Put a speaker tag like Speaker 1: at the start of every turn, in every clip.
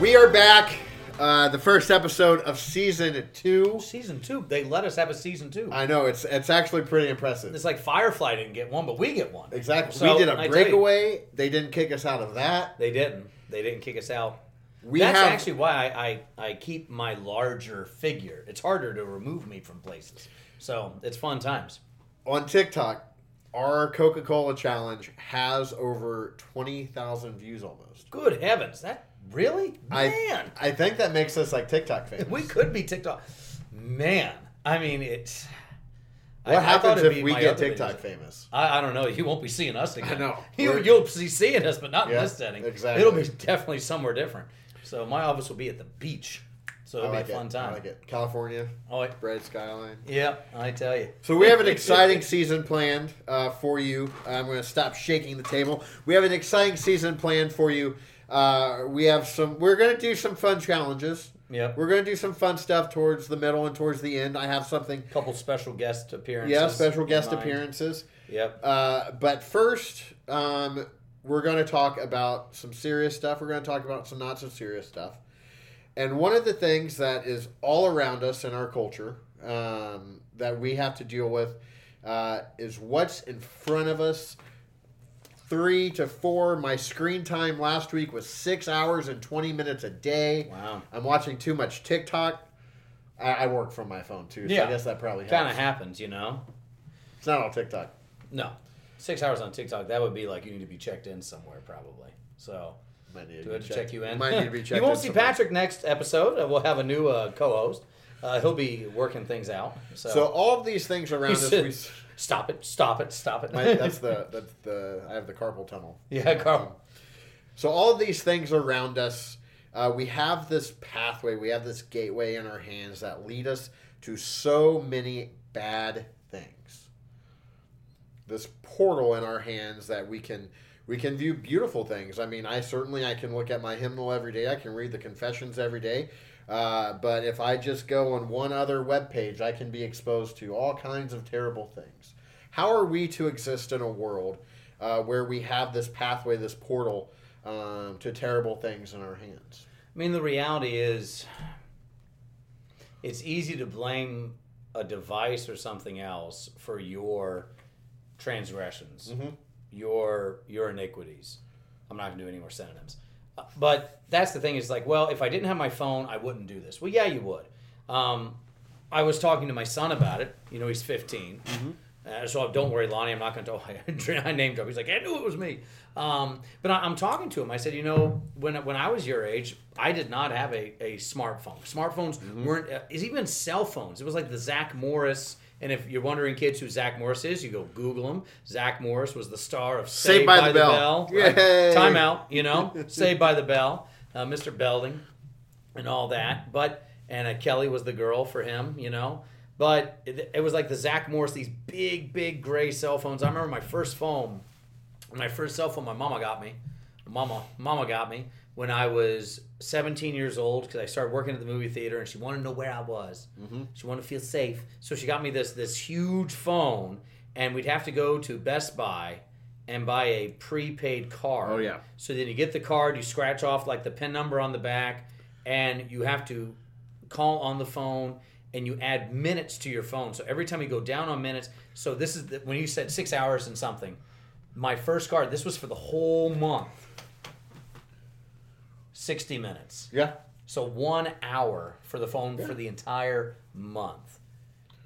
Speaker 1: we are back. Uh, the first episode of season two.
Speaker 2: Season two, they let us have a season two.
Speaker 1: I know it's it's actually pretty impressive.
Speaker 2: it's like Firefly didn't get one, but we get one.
Speaker 1: Exactly.
Speaker 2: So,
Speaker 1: we did
Speaker 2: I tell
Speaker 1: a
Speaker 2: you,
Speaker 1: breakaway. They didn't kick us out of that.
Speaker 2: They didn't. They didn't kick us out.
Speaker 1: We
Speaker 2: That's
Speaker 1: have
Speaker 2: actually why I, I, I keep my larger figure. It's harder to remove me from places. So it's fun times.
Speaker 1: on TikTok. Our Coca Cola challenge has over twenty thousand views almost.
Speaker 2: Good heavens. That really?
Speaker 1: I
Speaker 2: Man.
Speaker 1: I think that makes us like TikTok famous.
Speaker 2: we could be TikTok. Man. I mean, it's.
Speaker 1: what happens
Speaker 2: it'd
Speaker 1: if
Speaker 2: be
Speaker 1: we
Speaker 2: my
Speaker 1: get
Speaker 2: other
Speaker 1: TikTok
Speaker 2: videos.
Speaker 1: famous?
Speaker 2: I, I don't know. You won't be seeing us again.
Speaker 1: I know.
Speaker 2: You,
Speaker 1: We're-
Speaker 2: you'll be seeing us, but not
Speaker 1: Yeah,
Speaker 2: in this setting.
Speaker 1: exactly.
Speaker 2: It'll be definitely somewhere different. So my office will be at the beach. So
Speaker 1: I
Speaker 2: it'll
Speaker 1: like
Speaker 2: be a fun
Speaker 1: it.
Speaker 2: time.
Speaker 1: I like it. California,
Speaker 2: Oh, I-
Speaker 1: bright skyline.
Speaker 2: yeah, I tell you.
Speaker 1: So we have an exciting season planned uh, for you. I'm going to stop shaking the table. We have an exciting season planned for you. Uh, we have some. We're going to do some fun challenges.
Speaker 2: Yep.
Speaker 1: We're going to do some fun stuff towards the middle and towards the end. I have something.
Speaker 2: couple special guest appearances.
Speaker 1: Yeah, special
Speaker 2: in
Speaker 1: guest
Speaker 2: mind.
Speaker 1: appearances.
Speaker 2: Yep.
Speaker 1: Uh, but first, um, we're going to talk about some serious stuff. We're going to talk about some not so serious stuff. And one of the things that is all around us in our culture um, that we have to deal with uh, is what's in front of us. Three to four. My screen time last week was six hours and 20 minutes a day.
Speaker 2: Wow.
Speaker 1: I'm watching too much TikTok. I, I work from my phone too, so I
Speaker 2: Yeah.
Speaker 1: guess that probably helps.
Speaker 2: Kind of happens, you know?
Speaker 1: It's not all TikTok.
Speaker 2: No. Six hours on TikTok, that would be like you need to be checked in somewhere, probably. So.
Speaker 1: Might need
Speaker 2: Do
Speaker 1: be
Speaker 2: it to check,
Speaker 1: checked.
Speaker 2: you in.
Speaker 1: Might need to be checked.
Speaker 2: you won't
Speaker 1: in
Speaker 2: see
Speaker 1: somewhere.
Speaker 2: Patrick next episode. Uh, We'll have a new uh, co-host. Uh, he'll be working things out. So,
Speaker 1: So all of these things around
Speaker 2: He
Speaker 1: us,
Speaker 2: said,
Speaker 1: we,
Speaker 2: stop it, stop it, stop it.
Speaker 1: my, that's the that's the I have the carpal tunnel.
Speaker 2: yeah, Carl.
Speaker 1: So all of these things around us, uh, we have this pathway, we have this gateway in our hands that lead us to so many bad things. This portal in our hands that we can we can view beautiful things. I mean, I certainly I can look at my hymnal every day. I can read the confessions every day. Uh, but if I just go on one other webpage, I can be exposed to all kinds of terrible things. How are we to exist in a world uh, where we have this pathway, this portal um, to terrible things in our hands?
Speaker 2: I mean, the reality is, it's easy to blame a device or something else for your transgressions,
Speaker 1: Mm-hmm.
Speaker 2: your your iniquities. I'm not going to do any more synonyms. Uh, But that's the thing is like, well, if I didn't have my phone, I wouldn't do this. Well, yeah, you would. Um, I was talking to my son about it. You know, he's 15.
Speaker 1: Mm-hmm.
Speaker 2: Uh, so don't worry, Lonnie. I'm not going to. I name drop. He's like, I knew it was me. Um, but I, I'm talking to him. I said, you know, when when I was your age, I did not have a, a smartphone. Smartphones
Speaker 1: Mm-hmm.
Speaker 2: weren't. Uh, it's even cell phones. It was like the Zach Morris. And if you're wondering, kids, who Zach Morris is, you go Google him. Zach Morris was the star of
Speaker 1: Saved by the Bell.
Speaker 2: Right.
Speaker 1: Yay.
Speaker 2: Time out, you know, Saved by the Bell, uh, Mr. Belding, and all that. But and uh, Kelly was the girl for him, you know. But it, it was like the Zach Morris, these big, big gray cell phones. I remember my first phone, my first cell phone, my mama got me. Mama, mama got me when I was 17 years old because I started working at the movie theater, and she wanted to know where I was.
Speaker 1: Mm-hmm.
Speaker 2: She wanted to feel safe, so she got me this this huge phone, and we'd have to go to Best Buy and buy a prepaid card.
Speaker 1: Oh, yeah.
Speaker 2: So then you get the card, you scratch off like the pin number on the back, and you have to call on the phone and you add minutes to your phone. So every time you go down on minutes, so this is the, when you said six hours and something. My first card, this was for the whole month. 60 minutes.
Speaker 1: Yeah.
Speaker 2: So one hour for the phone for the entire month,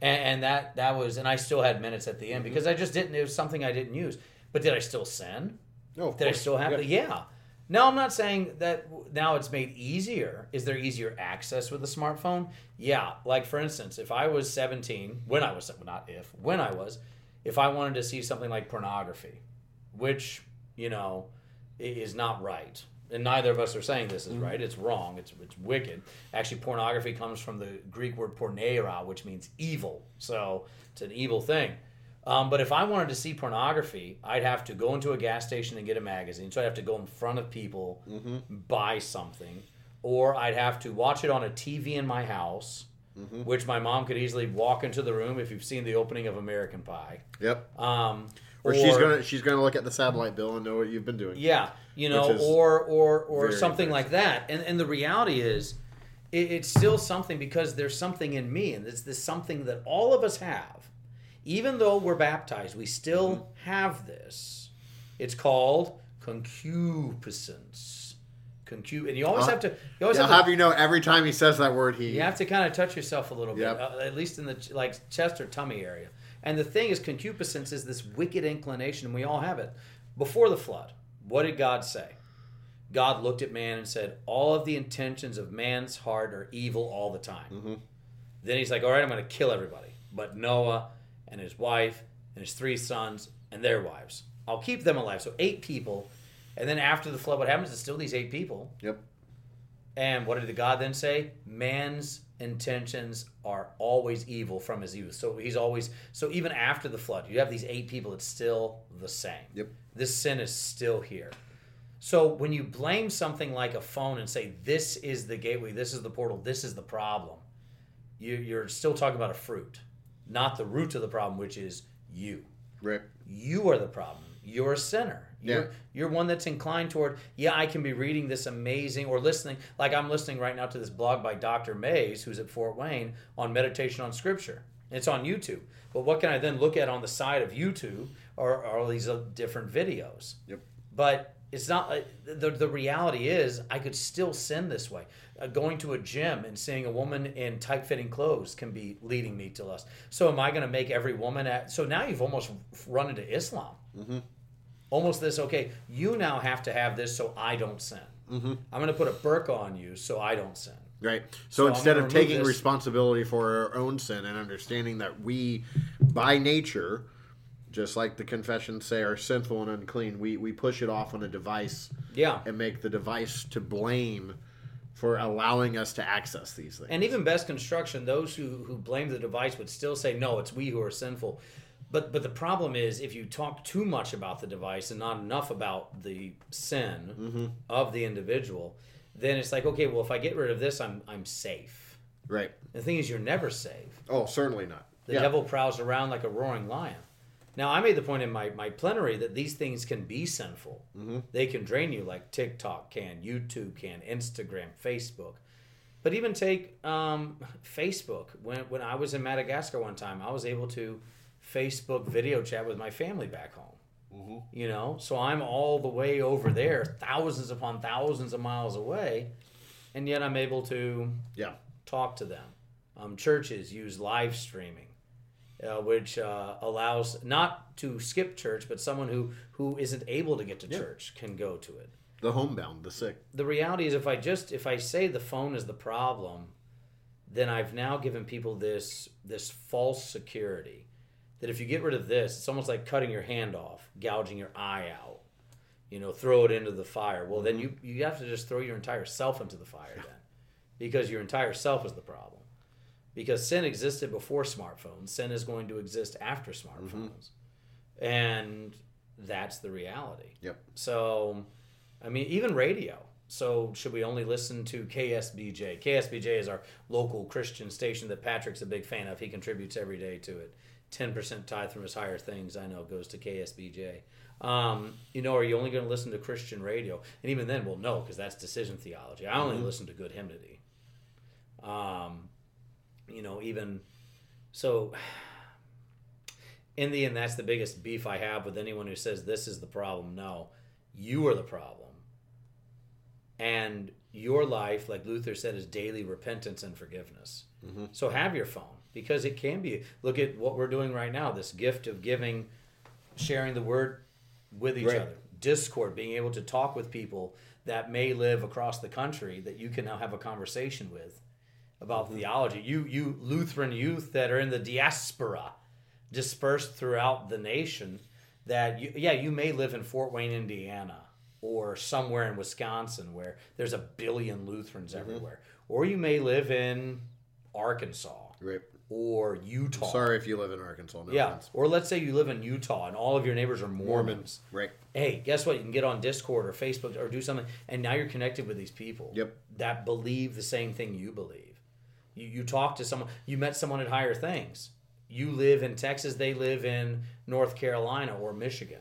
Speaker 2: and, and that that was, and I still had minutes at the end because I just didn't. It was something I didn't use. But did I still send?
Speaker 1: No. Oh, Of
Speaker 2: Did I
Speaker 1: course.
Speaker 2: still have?
Speaker 1: Yeah.
Speaker 2: Yeah. yeah. Now I'm not saying that w- now it's made easier. Is there easier access with a smartphone? Yeah. Like for instance, if I was 17, when I was not if when I was, if I wanted to see something like pornography, which you know i- is not right. And neither of us are saying this is
Speaker 1: Mm-hmm.
Speaker 2: right. It's wrong. It's it's wicked. Actually, pornography comes from the Greek word porneira, which means evil. So it's an evil thing. Um, but if I wanted to see pornography, I'd have to go into a gas station and get a magazine. So I'd have to go in front of people,
Speaker 1: Mm-hmm.
Speaker 2: buy something, or I'd have to watch it on a TV in my house,
Speaker 1: Mm-hmm.
Speaker 2: which my mom could easily walk into the room if you've seen the opening of American Pie.
Speaker 1: Yep.
Speaker 2: Um,
Speaker 1: Or, she's gonna she's gonna look at the satellite bill and know what you've been doing.
Speaker 2: Yeah, you know,
Speaker 1: Which is
Speaker 2: or or or
Speaker 1: very
Speaker 2: something like that. And and the reality is, it, it's still something because there's something in me, and it's this something that all of us have. Even though we're baptized, we still
Speaker 1: Mm-hmm.
Speaker 2: have this. It's called concupiscence. Concu, and you always
Speaker 1: Uh,
Speaker 2: have to. You always
Speaker 1: I'll
Speaker 2: have,
Speaker 1: have you know every time he says that word, he
Speaker 2: to. You have to kind of touch yourself a little
Speaker 1: Yep.
Speaker 2: bit, uh, at least in the ch- like chest or tummy area. And the thing is, concupiscence is this wicked inclination, and we all have it. Before the flood, what did God say? God looked at man and said, All of the intentions of man's heart are evil all the time. Then he's like, All right, I'm going to kill everybody. But Noah and his wife and his three sons and their wives. I'll keep them alive. So eight people. And then after the flood, what happens is still these eight people.
Speaker 1: Yep.
Speaker 2: And what did the God then say? Man's intentions are always evil from his youth. So he's always so even after the flood, you have these eight people, it's still the same.
Speaker 1: Yep.
Speaker 2: This sin is still here. So when you blame something like a phone and say this is the gateway, this is the portal, this is the problem, you, you're still talking about a fruit, not the root of the problem, which is you
Speaker 1: Rip.
Speaker 2: you are the problem. You're a sinner. You're,
Speaker 1: Yeah.
Speaker 2: you're one that's inclined toward, yeah, I can be reading this amazing or listening. Like I'm listening right now to this blog by Dr. Mays, who's at Fort Wayne, on meditation on scripture. It's on YouTube. But what can I then look at on the side of YouTube are, are all these uh, different videos?
Speaker 1: Yep.
Speaker 2: But it's not like the, the reality is I could still sin this way. Uh, going to a gym and seeing a woman in tight fitting clothes can be leading me to lust. So am I going to make every woman at, so now you've almost run into Islam. Almost this, okay, you now have to have this so I don't sin. I'm going to put a burqa on you so I don't sin.
Speaker 1: Right. So,
Speaker 2: So I'm
Speaker 1: instead
Speaker 2: gonna
Speaker 1: of
Speaker 2: remove
Speaker 1: taking
Speaker 2: this.
Speaker 1: responsibility for our own sin and understanding that we, by nature, just like the confessions say, are sinful and unclean, we, we push it off on a device
Speaker 2: Yeah.
Speaker 1: and make the device to blame for allowing us to access these things.
Speaker 2: And even best construction, those who, who blame the device would still say, no, it's we who are sinful. But but the problem is if you talk too much about the device and not enough about the sin of the individual, then it's like, okay, well if I get rid of this, I'm I'm safe.
Speaker 1: right.
Speaker 2: The thing is you're never safe.
Speaker 1: Oh, certainly not.
Speaker 2: The devil prowls around like a roaring lion. Now, I made the point in my, my plenary that these things can be sinful. They can drain you like TikTok can, YouTube can, Instagram, Facebook. But even take um, Facebook. When, when I was in Madagascar one time, I was able to Facebook video chat with my family back home. You know, so I'm all the way over there, thousands upon thousands of miles away, and yet I'm able to
Speaker 1: Yeah.
Speaker 2: talk to them. Um, churches use live streaming, uh, which uh, allows not to skip church, but someone who who isn't able to get to church can go to it.
Speaker 1: The homebound, the sick.
Speaker 2: The reality is, if I just if I say the phone is the problem, then I've now given people this this false security that if you get rid of this, it's almost like cutting your hand off, gouging your eye out. You know, throw it into the fire. Well, then you you have to just throw your entire self into the fire then, because your entire self is the problem. Because sin existed before smartphones, sin is going to exist after smartphones, and that's the reality.
Speaker 1: Yep.
Speaker 2: So, I mean, even radio. So, should we only listen to KSBJ? KSBJ is our local Christian station that Patrick's a big fan of. He contributes every day to it. 10% tithe from his higher things, I know, goes to KSBJ. Um, you know, are you only going to listen to Christian radio? And even then, well, no, because that's decision theology. I only listen to good hymnody. Um, you know, even so, in the end, that's the biggest beef I have with anyone who says this is the problem. No, you are the problem. And your life, like Luther said, is daily repentance and forgiveness. So have your phone because it can be. Look at what we're doing right now this gift of giving, sharing the word with each
Speaker 1: Right.
Speaker 2: other, Discord, being able to talk with people that may live across the country that you can now have a conversation with about theology. You you Lutheran youth that are in the diaspora, dispersed throughout the nation, that you, yeah you may live in Fort Wayne, Indiana, or somewhere in Wisconsin where there's a billion Lutherans everywhere, or you may live in Arkansas
Speaker 1: Rip.
Speaker 2: or Utah.
Speaker 1: Sorry if you live in Arkansas. No
Speaker 2: Yeah,
Speaker 1: offense.
Speaker 2: or let's say you live in Utah and all of your neighbors are Mormons.
Speaker 1: Right.
Speaker 2: Hey, guess what? You can get on Discord or Facebook or do something, and now you're connected with these people
Speaker 1: Yep.
Speaker 2: that believe the same thing you believe. You, you talk to someone, you met someone at Higher Things. you live in Texas, they live in North Carolina or Michigan.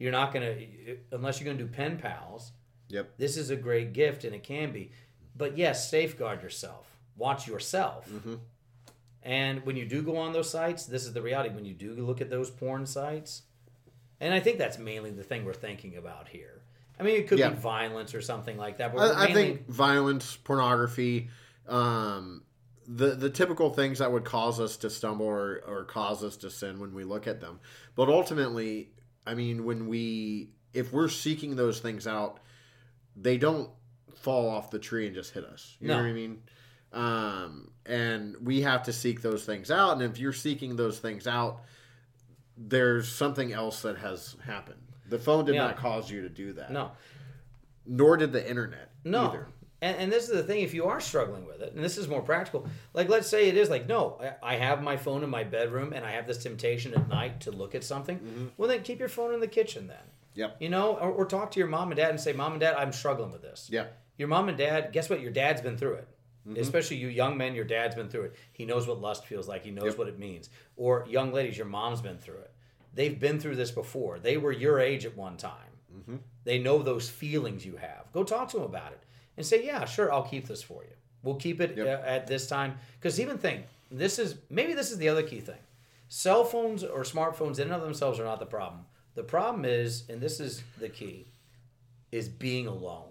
Speaker 2: You're not going to, unless you're going to do pen pals,
Speaker 1: Yep.
Speaker 2: this is a great gift and it can be. But yes, safeguard yourself, watch yourself.
Speaker 1: Mm-hmm.
Speaker 2: And when you do go on those sites, this is the reality. When you do look at those porn sites, and I think that's mainly the thing we're thinking about here. I mean, it could
Speaker 1: Yeah.
Speaker 2: be violence or something like that. But
Speaker 1: I, I
Speaker 2: mainly-
Speaker 1: think violence, pornography, um, the the typical things that would cause us to stumble or, or cause us to sin when we look at them. But ultimately, I mean, when we if we're seeking those things out, they don't fall off the tree and just hit us. You know
Speaker 2: No.
Speaker 1: what I mean? Um, and we have to seek those things out. And if you're seeking those things out, there's something else that has happened. The phone did
Speaker 2: Yeah.
Speaker 1: not cause you to do that.
Speaker 2: no,
Speaker 1: Nor did the internet.
Speaker 2: No.
Speaker 1: Either.
Speaker 2: And, and this is the thing if you are struggling with it, and this is more practical, like let's say it is like, no, I, I have my phone in my bedroom and I have this temptation at night to look at something.
Speaker 1: Mm-hmm.
Speaker 2: Well, then keep your phone in the kitchen then.
Speaker 1: Yep.
Speaker 2: You know, or, or talk to your mom and dad and say, Mom and dad, I'm struggling with this.
Speaker 1: Yeah.
Speaker 2: Your mom and dad, guess what? Your dad's been through it. Especially you young men, your dad's been through it. He knows what lust feels like, he knows what it means. Or young ladies, your mom's been through it. They've been through this before. They were your age at one time. They know those feelings you have. Go talk to them about it and say, "Yeah, sure, I'll keep this for you. We'll keep it
Speaker 1: Yep.
Speaker 2: uh, at this time." Because even think this is maybe this is the other key thing. Cell phones or smartphones in and of themselves are not the problem. The problem is, and this is the key, is being alone.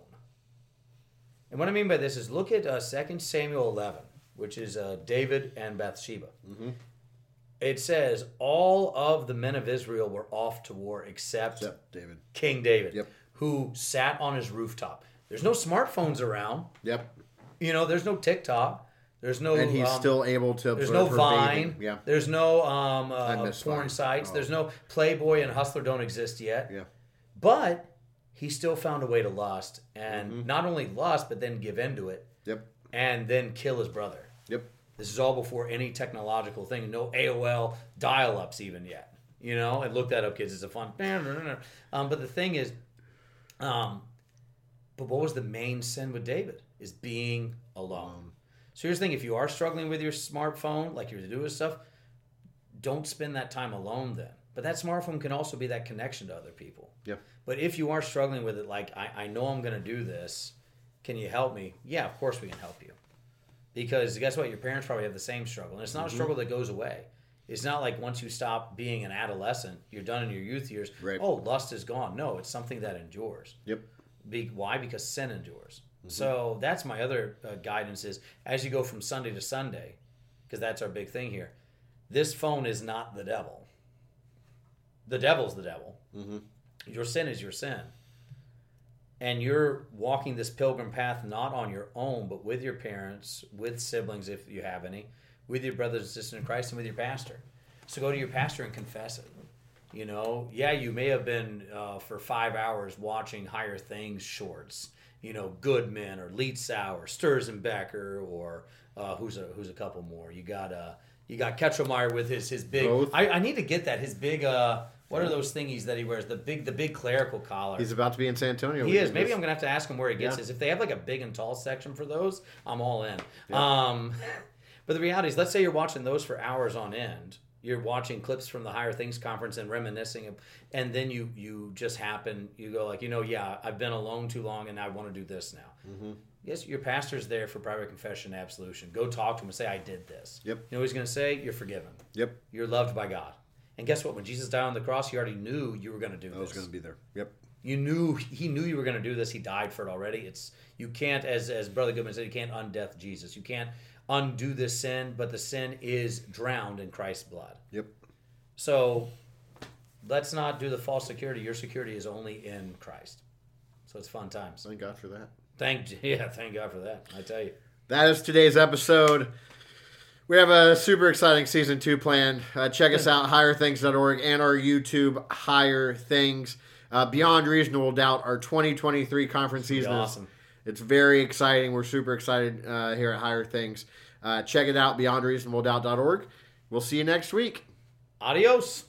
Speaker 2: And what I mean by this is look at uh, 2 Samuel 11, which is uh, David and Bathsheba.
Speaker 1: Mm-hmm.
Speaker 2: It says, All of the men of Israel were off to war except
Speaker 1: Yep, David.
Speaker 2: King David,
Speaker 1: Yep.
Speaker 2: who sat on his rooftop. There's no smartphones around.
Speaker 1: Yep.
Speaker 2: You know, there's no TikTok. The's no.
Speaker 1: And he's
Speaker 2: um,
Speaker 1: still able to.
Speaker 2: There's
Speaker 1: put
Speaker 2: no
Speaker 1: her
Speaker 2: Vine.
Speaker 1: bathing. Yeah.
Speaker 2: There's no um, uh, porn
Speaker 1: missed Vine.
Speaker 2: sites.
Speaker 1: Oh.
Speaker 2: There's no Playboy and Hustler don't exist yet.
Speaker 1: Yeah.
Speaker 2: But he still found a way to lust, and
Speaker 1: Mm-hmm.
Speaker 2: not only lust, but then give into it,
Speaker 1: Yep.
Speaker 2: and then kill his brother.
Speaker 1: Yep.
Speaker 2: This is all before any technological thing. No AOL dial-ups even yet. You know, and look that up, kids. It's a fun. Um, but the thing is, um, but what was the main sin with David? Is being alone. So here's the thing: if you are struggling with your smartphone, like you're doing stuff, don't spend that time alone. Then, but that smartphone can also be that connection to other people.
Speaker 1: Yep.
Speaker 2: But if you are struggling with it, like I, I know I'm going to do this, can you help me? Yeah, of course we can help you. Because guess what? Your parents probably have the same struggle, and it's
Speaker 1: Mm-hmm.
Speaker 2: not a struggle that goes away. It's not like once you stop being an adolescent, you're done in your youth years.
Speaker 1: Right.
Speaker 2: Oh, lust is gone. No, it's something that endures.
Speaker 1: Yep. Mm-hmm.
Speaker 2: Be, why? Because sin endures. So that's my other uh, guidance is as you go from Sunday to Sunday, because that's our big thing here. This phone is not the devil. The devil's the devil. Your sin is your sin. And you're walking this pilgrim path not on your own, but with your parents, with siblings, if you have any, with your brothers and sisters in Christ, and with your pastor. So go to your pastor and confess it. You know, yeah, you may have been uh, for five hours watching Higher Things shorts. You know, Goodman or Leetzau or Sturzenbecker or uh, who's a who's a couple more. You got uh you got Ketchelmeyer with his his big.
Speaker 1: Both.
Speaker 2: I, I need to get that his big. uh What are those thingies that he wears? The big the big clerical collar.
Speaker 1: He's about to be in San Antonio.
Speaker 2: He
Speaker 1: We
Speaker 2: is.
Speaker 1: can
Speaker 2: Maybe
Speaker 1: just-
Speaker 2: I'm gonna have to ask him where he gets
Speaker 1: Yeah.
Speaker 2: his. If they have like a big and tall section for those, I'm all in. Um, but the reality is, let's say you're watching those for hours on end. You're watching clips from the Higher Things conference and reminiscing, of, and then you you just happen you go like you know yeah I've been alone too long and I want to do this now.
Speaker 1: Mm-hmm.
Speaker 2: Yes, your pastor's there for private confession and absolution. Go talk to him and say I did this.
Speaker 1: Yep.
Speaker 2: You know what he's gonna say? You're forgiven.
Speaker 1: Yep.
Speaker 2: You're loved by God. And guess what? When Jesus died on the cross, he already knew you were gonna do
Speaker 1: I
Speaker 2: this
Speaker 1: was going to be there. Yep.
Speaker 2: you knew he knew you were going to do this he died for it already it's you can't as as brother goodman said you can't undeath jesus you can't undo this sin but the sin is drowned in christ's blood
Speaker 1: Yep.
Speaker 2: so let's not do the false security your security is only in christ so it's fun times
Speaker 1: Thank God for that.
Speaker 2: thank yeah thank god for that i tell you
Speaker 1: That is today's episode. We have a super exciting season two planned. Uh, check us out, higherthings.org, and our YouTube, Higher Things. Uh, Beyond Reasonable Doubt, our 2023 conference season. is-
Speaker 2: awesome.
Speaker 1: It's very exciting. We're super excited uh, here at Higher Things. Uh, check it out, beyondreasonabledoubt.org. We'll see you next week.
Speaker 2: adios